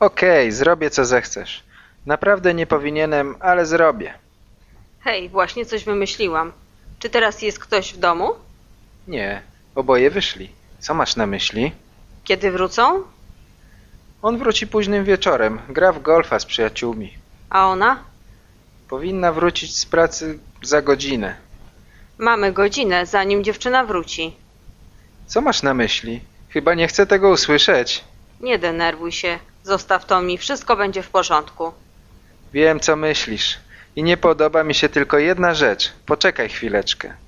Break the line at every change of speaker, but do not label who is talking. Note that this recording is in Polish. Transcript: Okej, zrobię co zechcesz. Naprawdę nie powinienem, ale zrobię.
Hej, właśnie coś wymyśliłam. Czy teraz jest ktoś w domu?
Nie, oboje wyszli. Co masz na myśli?
Kiedy wrócą?
On wróci późnym wieczorem, gra w golfa z przyjaciółmi.
A ona?
Powinna wrócić z pracy za godzinę.
Mamy godzinę, zanim dziewczyna wróci.
Co masz na myśli? Chyba nie chcę tego usłyszeć.
Nie denerwuj się. Zostaw to mi, wszystko będzie w porządku.
Wiem, co myślisz. I nie podoba mi się tylko jedna rzecz. Poczekaj chwileczkę.